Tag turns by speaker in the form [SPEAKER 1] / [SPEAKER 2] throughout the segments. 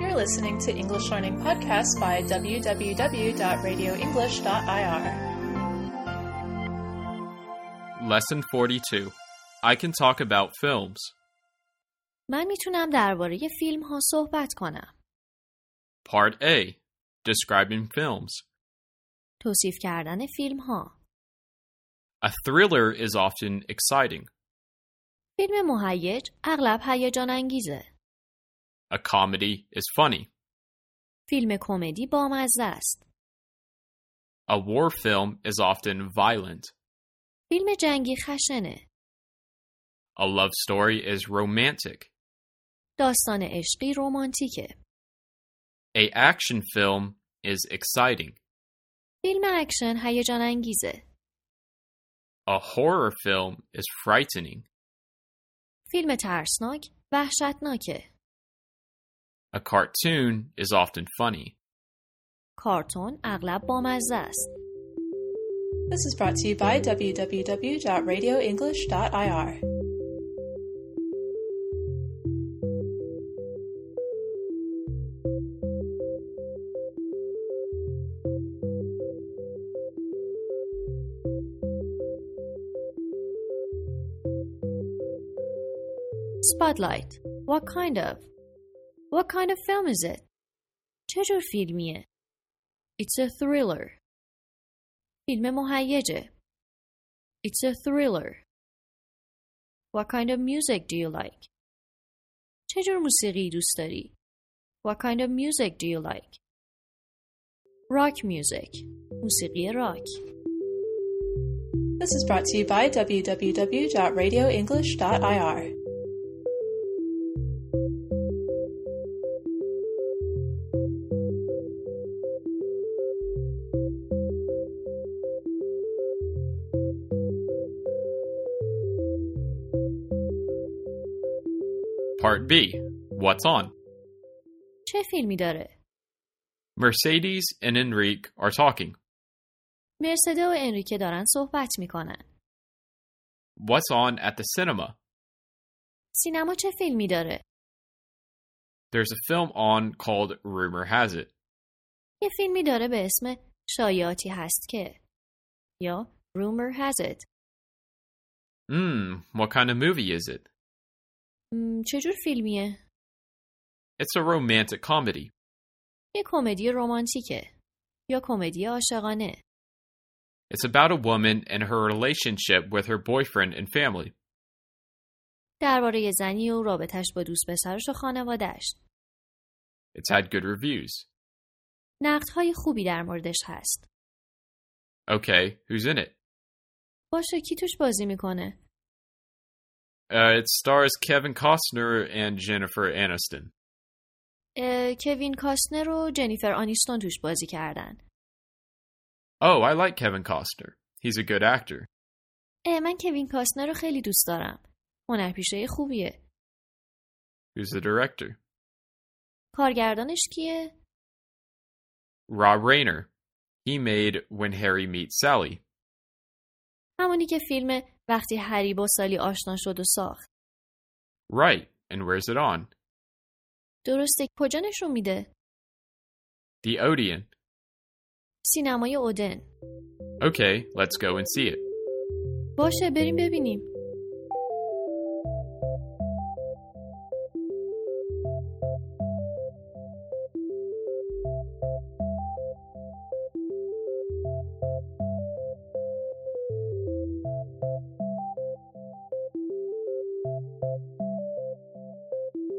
[SPEAKER 1] You're listening to English Learning Podcast by www.radioenglish.ir.
[SPEAKER 2] Lesson 42. I can talk about films.
[SPEAKER 3] من میتونم درباره فیلم ها صحبت کنم.
[SPEAKER 2] Part A. Describing films.
[SPEAKER 3] توصیف کردن فیلم ها.
[SPEAKER 2] A thriller is often exciting.
[SPEAKER 3] فیلم مهیج اغلب هیجان انگیزه.
[SPEAKER 2] A comedy is funny.
[SPEAKER 3] فیلم کمدی بامزه است.
[SPEAKER 2] A war film is often violent.
[SPEAKER 3] فیلم جنگی خشنه.
[SPEAKER 2] A love story is romantic.
[SPEAKER 3] داستان عشقی رمانتیکه.
[SPEAKER 2] A action film is exciting.
[SPEAKER 3] فیلم اکشن هیجان انگیزه.
[SPEAKER 2] A horror film is frightening.
[SPEAKER 3] فیلم ترسناک وحشتناکه.
[SPEAKER 2] A cartoon is often funny.
[SPEAKER 3] کارتون اغلب بامزه است.
[SPEAKER 1] This is brought to you by www.radioenglish.ir.
[SPEAKER 3] Spotlight. What kind of? What kind of film is it? چه جور فیلمیه؟ It's a thriller. فیلم مهیجه. It's a thriller. What kind of music do you like? چه جور موسیقی دوست داری؟ What kind of music do you like? Rock music. موسیقی راک.
[SPEAKER 1] This is brought to you by www.radioenglish.ir.
[SPEAKER 2] Part B. What's on?
[SPEAKER 3] چه فیلمی داره؟
[SPEAKER 2] Mercedes and Enrique are talking.
[SPEAKER 3] مرسده و انریکه دارن صحبت میکنن.
[SPEAKER 2] What's on at the cinema?
[SPEAKER 3] سینما چه فیلمی داره؟
[SPEAKER 2] There's a film on called Rumor Has It.
[SPEAKER 3] یه فیلمی داره به اسم شایعاتی هست که یا Rumor Has It
[SPEAKER 2] Mmm, what kind of movie is it?
[SPEAKER 3] م، چجور فیلمیه؟
[SPEAKER 2] It's a romantic comedy.
[SPEAKER 3] یه کمدی رومانتیکه یا کمدی عاشقانه
[SPEAKER 2] It's about a woman and her relationship with her boyfriend and family.
[SPEAKER 3] درباره زنی و رابطش با دوست پسرش و خانوادهش
[SPEAKER 2] It's had good reviews.
[SPEAKER 3] نقدهای خوبی در موردش هست
[SPEAKER 2] Okay, who's in it?
[SPEAKER 3] باشه کی توش بازی میکنه؟
[SPEAKER 2] Uh, it stars Kevin Costner and Jennifer Aniston.
[SPEAKER 3] اه، کوین کاستنر و جنیفر آنیستون توش بازی کردن
[SPEAKER 2] Oh, I like Kevin Costner. He's a good actor.
[SPEAKER 3] اه، من کوین کاستنر رو خیلی دوست دارم هنرپیشه خوبیه
[SPEAKER 2] Who's the director?
[SPEAKER 3] کارگردانش کیه؟
[SPEAKER 2] Rob Reiner. He made When Harry Meets Sally.
[SPEAKER 3] همونی که فیلم وقتی هری با سالی آشنا شد و ساخت
[SPEAKER 2] Right, and where's it on?
[SPEAKER 3] درسته کجا نشون میده
[SPEAKER 2] The Odeon.
[SPEAKER 3] سینمای اودن
[SPEAKER 2] Okay, let's go and see it.
[SPEAKER 3] باشه بریم ببینیم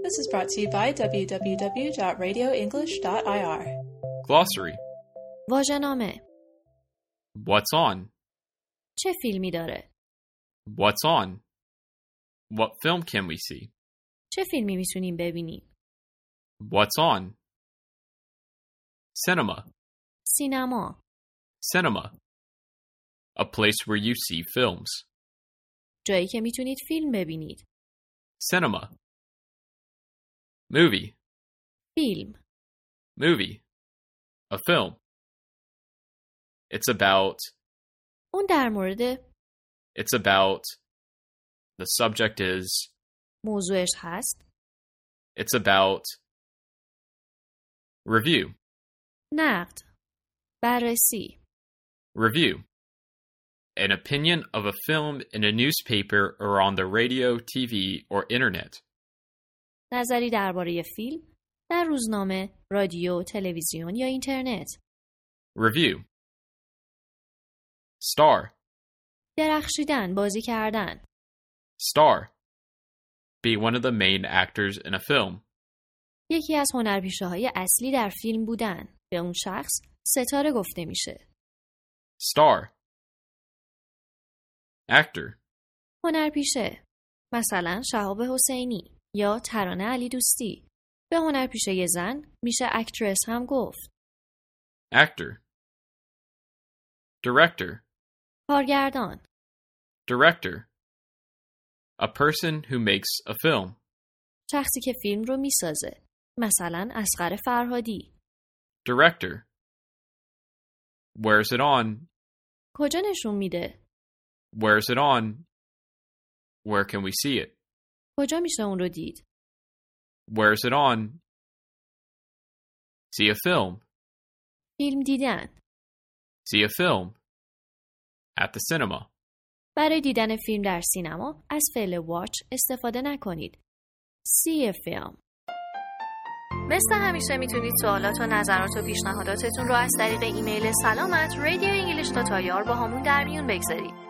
[SPEAKER 1] This is brought to you by www.radioenglish.ir.
[SPEAKER 2] Glossary.
[SPEAKER 3] واژه‌نامه
[SPEAKER 2] What's on?
[SPEAKER 3] چه فیلمی داره
[SPEAKER 2] What's on? What film can we see?
[SPEAKER 3] چه فیلمی میتونیم ببینیم
[SPEAKER 2] What's on? Cinema.
[SPEAKER 3] سینما
[SPEAKER 2] Cinema. A place where you see films.
[SPEAKER 3] جایی که میتونید فیلم ببینید
[SPEAKER 2] Cinema. Movie.
[SPEAKER 3] فیلم
[SPEAKER 2] Movie. A film. It's about.
[SPEAKER 3] اون در مورد
[SPEAKER 2] It's about. The subject is.
[SPEAKER 3] موضوعش هست
[SPEAKER 2] It's about. Review.
[SPEAKER 3] نقد بررسی
[SPEAKER 2] Review. An opinion of a film in a newspaper or on the radio, TV, or internet.
[SPEAKER 3] نظری درباره فیلم در روزنامه رادیو تلویزیون یا اینترنت
[SPEAKER 2] Review. Star.
[SPEAKER 3] درخشیدن بازی کردن
[SPEAKER 2] Star. Be one of the main actors in a film.
[SPEAKER 3] یکی از هنرپیشه های اصلی در فیلم بودن به اون شخص ستاره گفته میشه
[SPEAKER 2] Star. Actor.
[SPEAKER 3] هنرپیشه مثلا شهاب حسینی یا ترانه علی دوستی به هنرپیشه زن میشه اکترس هم گفت
[SPEAKER 2] Actor. Director.
[SPEAKER 3] کارگردان
[SPEAKER 2] Director. A person who makes a film.
[SPEAKER 3] شخصی که فیلم رو میسازه مثلا اسقر فرهادی
[SPEAKER 2] Director. Where's it on?
[SPEAKER 3] کجا نشون میده
[SPEAKER 2] Where's it on? Where can we see it?
[SPEAKER 3] کجا میشه اون رو دید
[SPEAKER 2] Where's it on? See a film.
[SPEAKER 3] فیلم دیدن
[SPEAKER 2] See a film. At the cinema.
[SPEAKER 3] برای دیدن فیلم در سینما از فعل واچ استفاده نکنید. سی فیلم مثل همیشه میتونید سوالات و نظرات و پیشنهاداتتون رو از طریق ایمیل سلامت رادیو انگلیش با همون در میون بگذارید.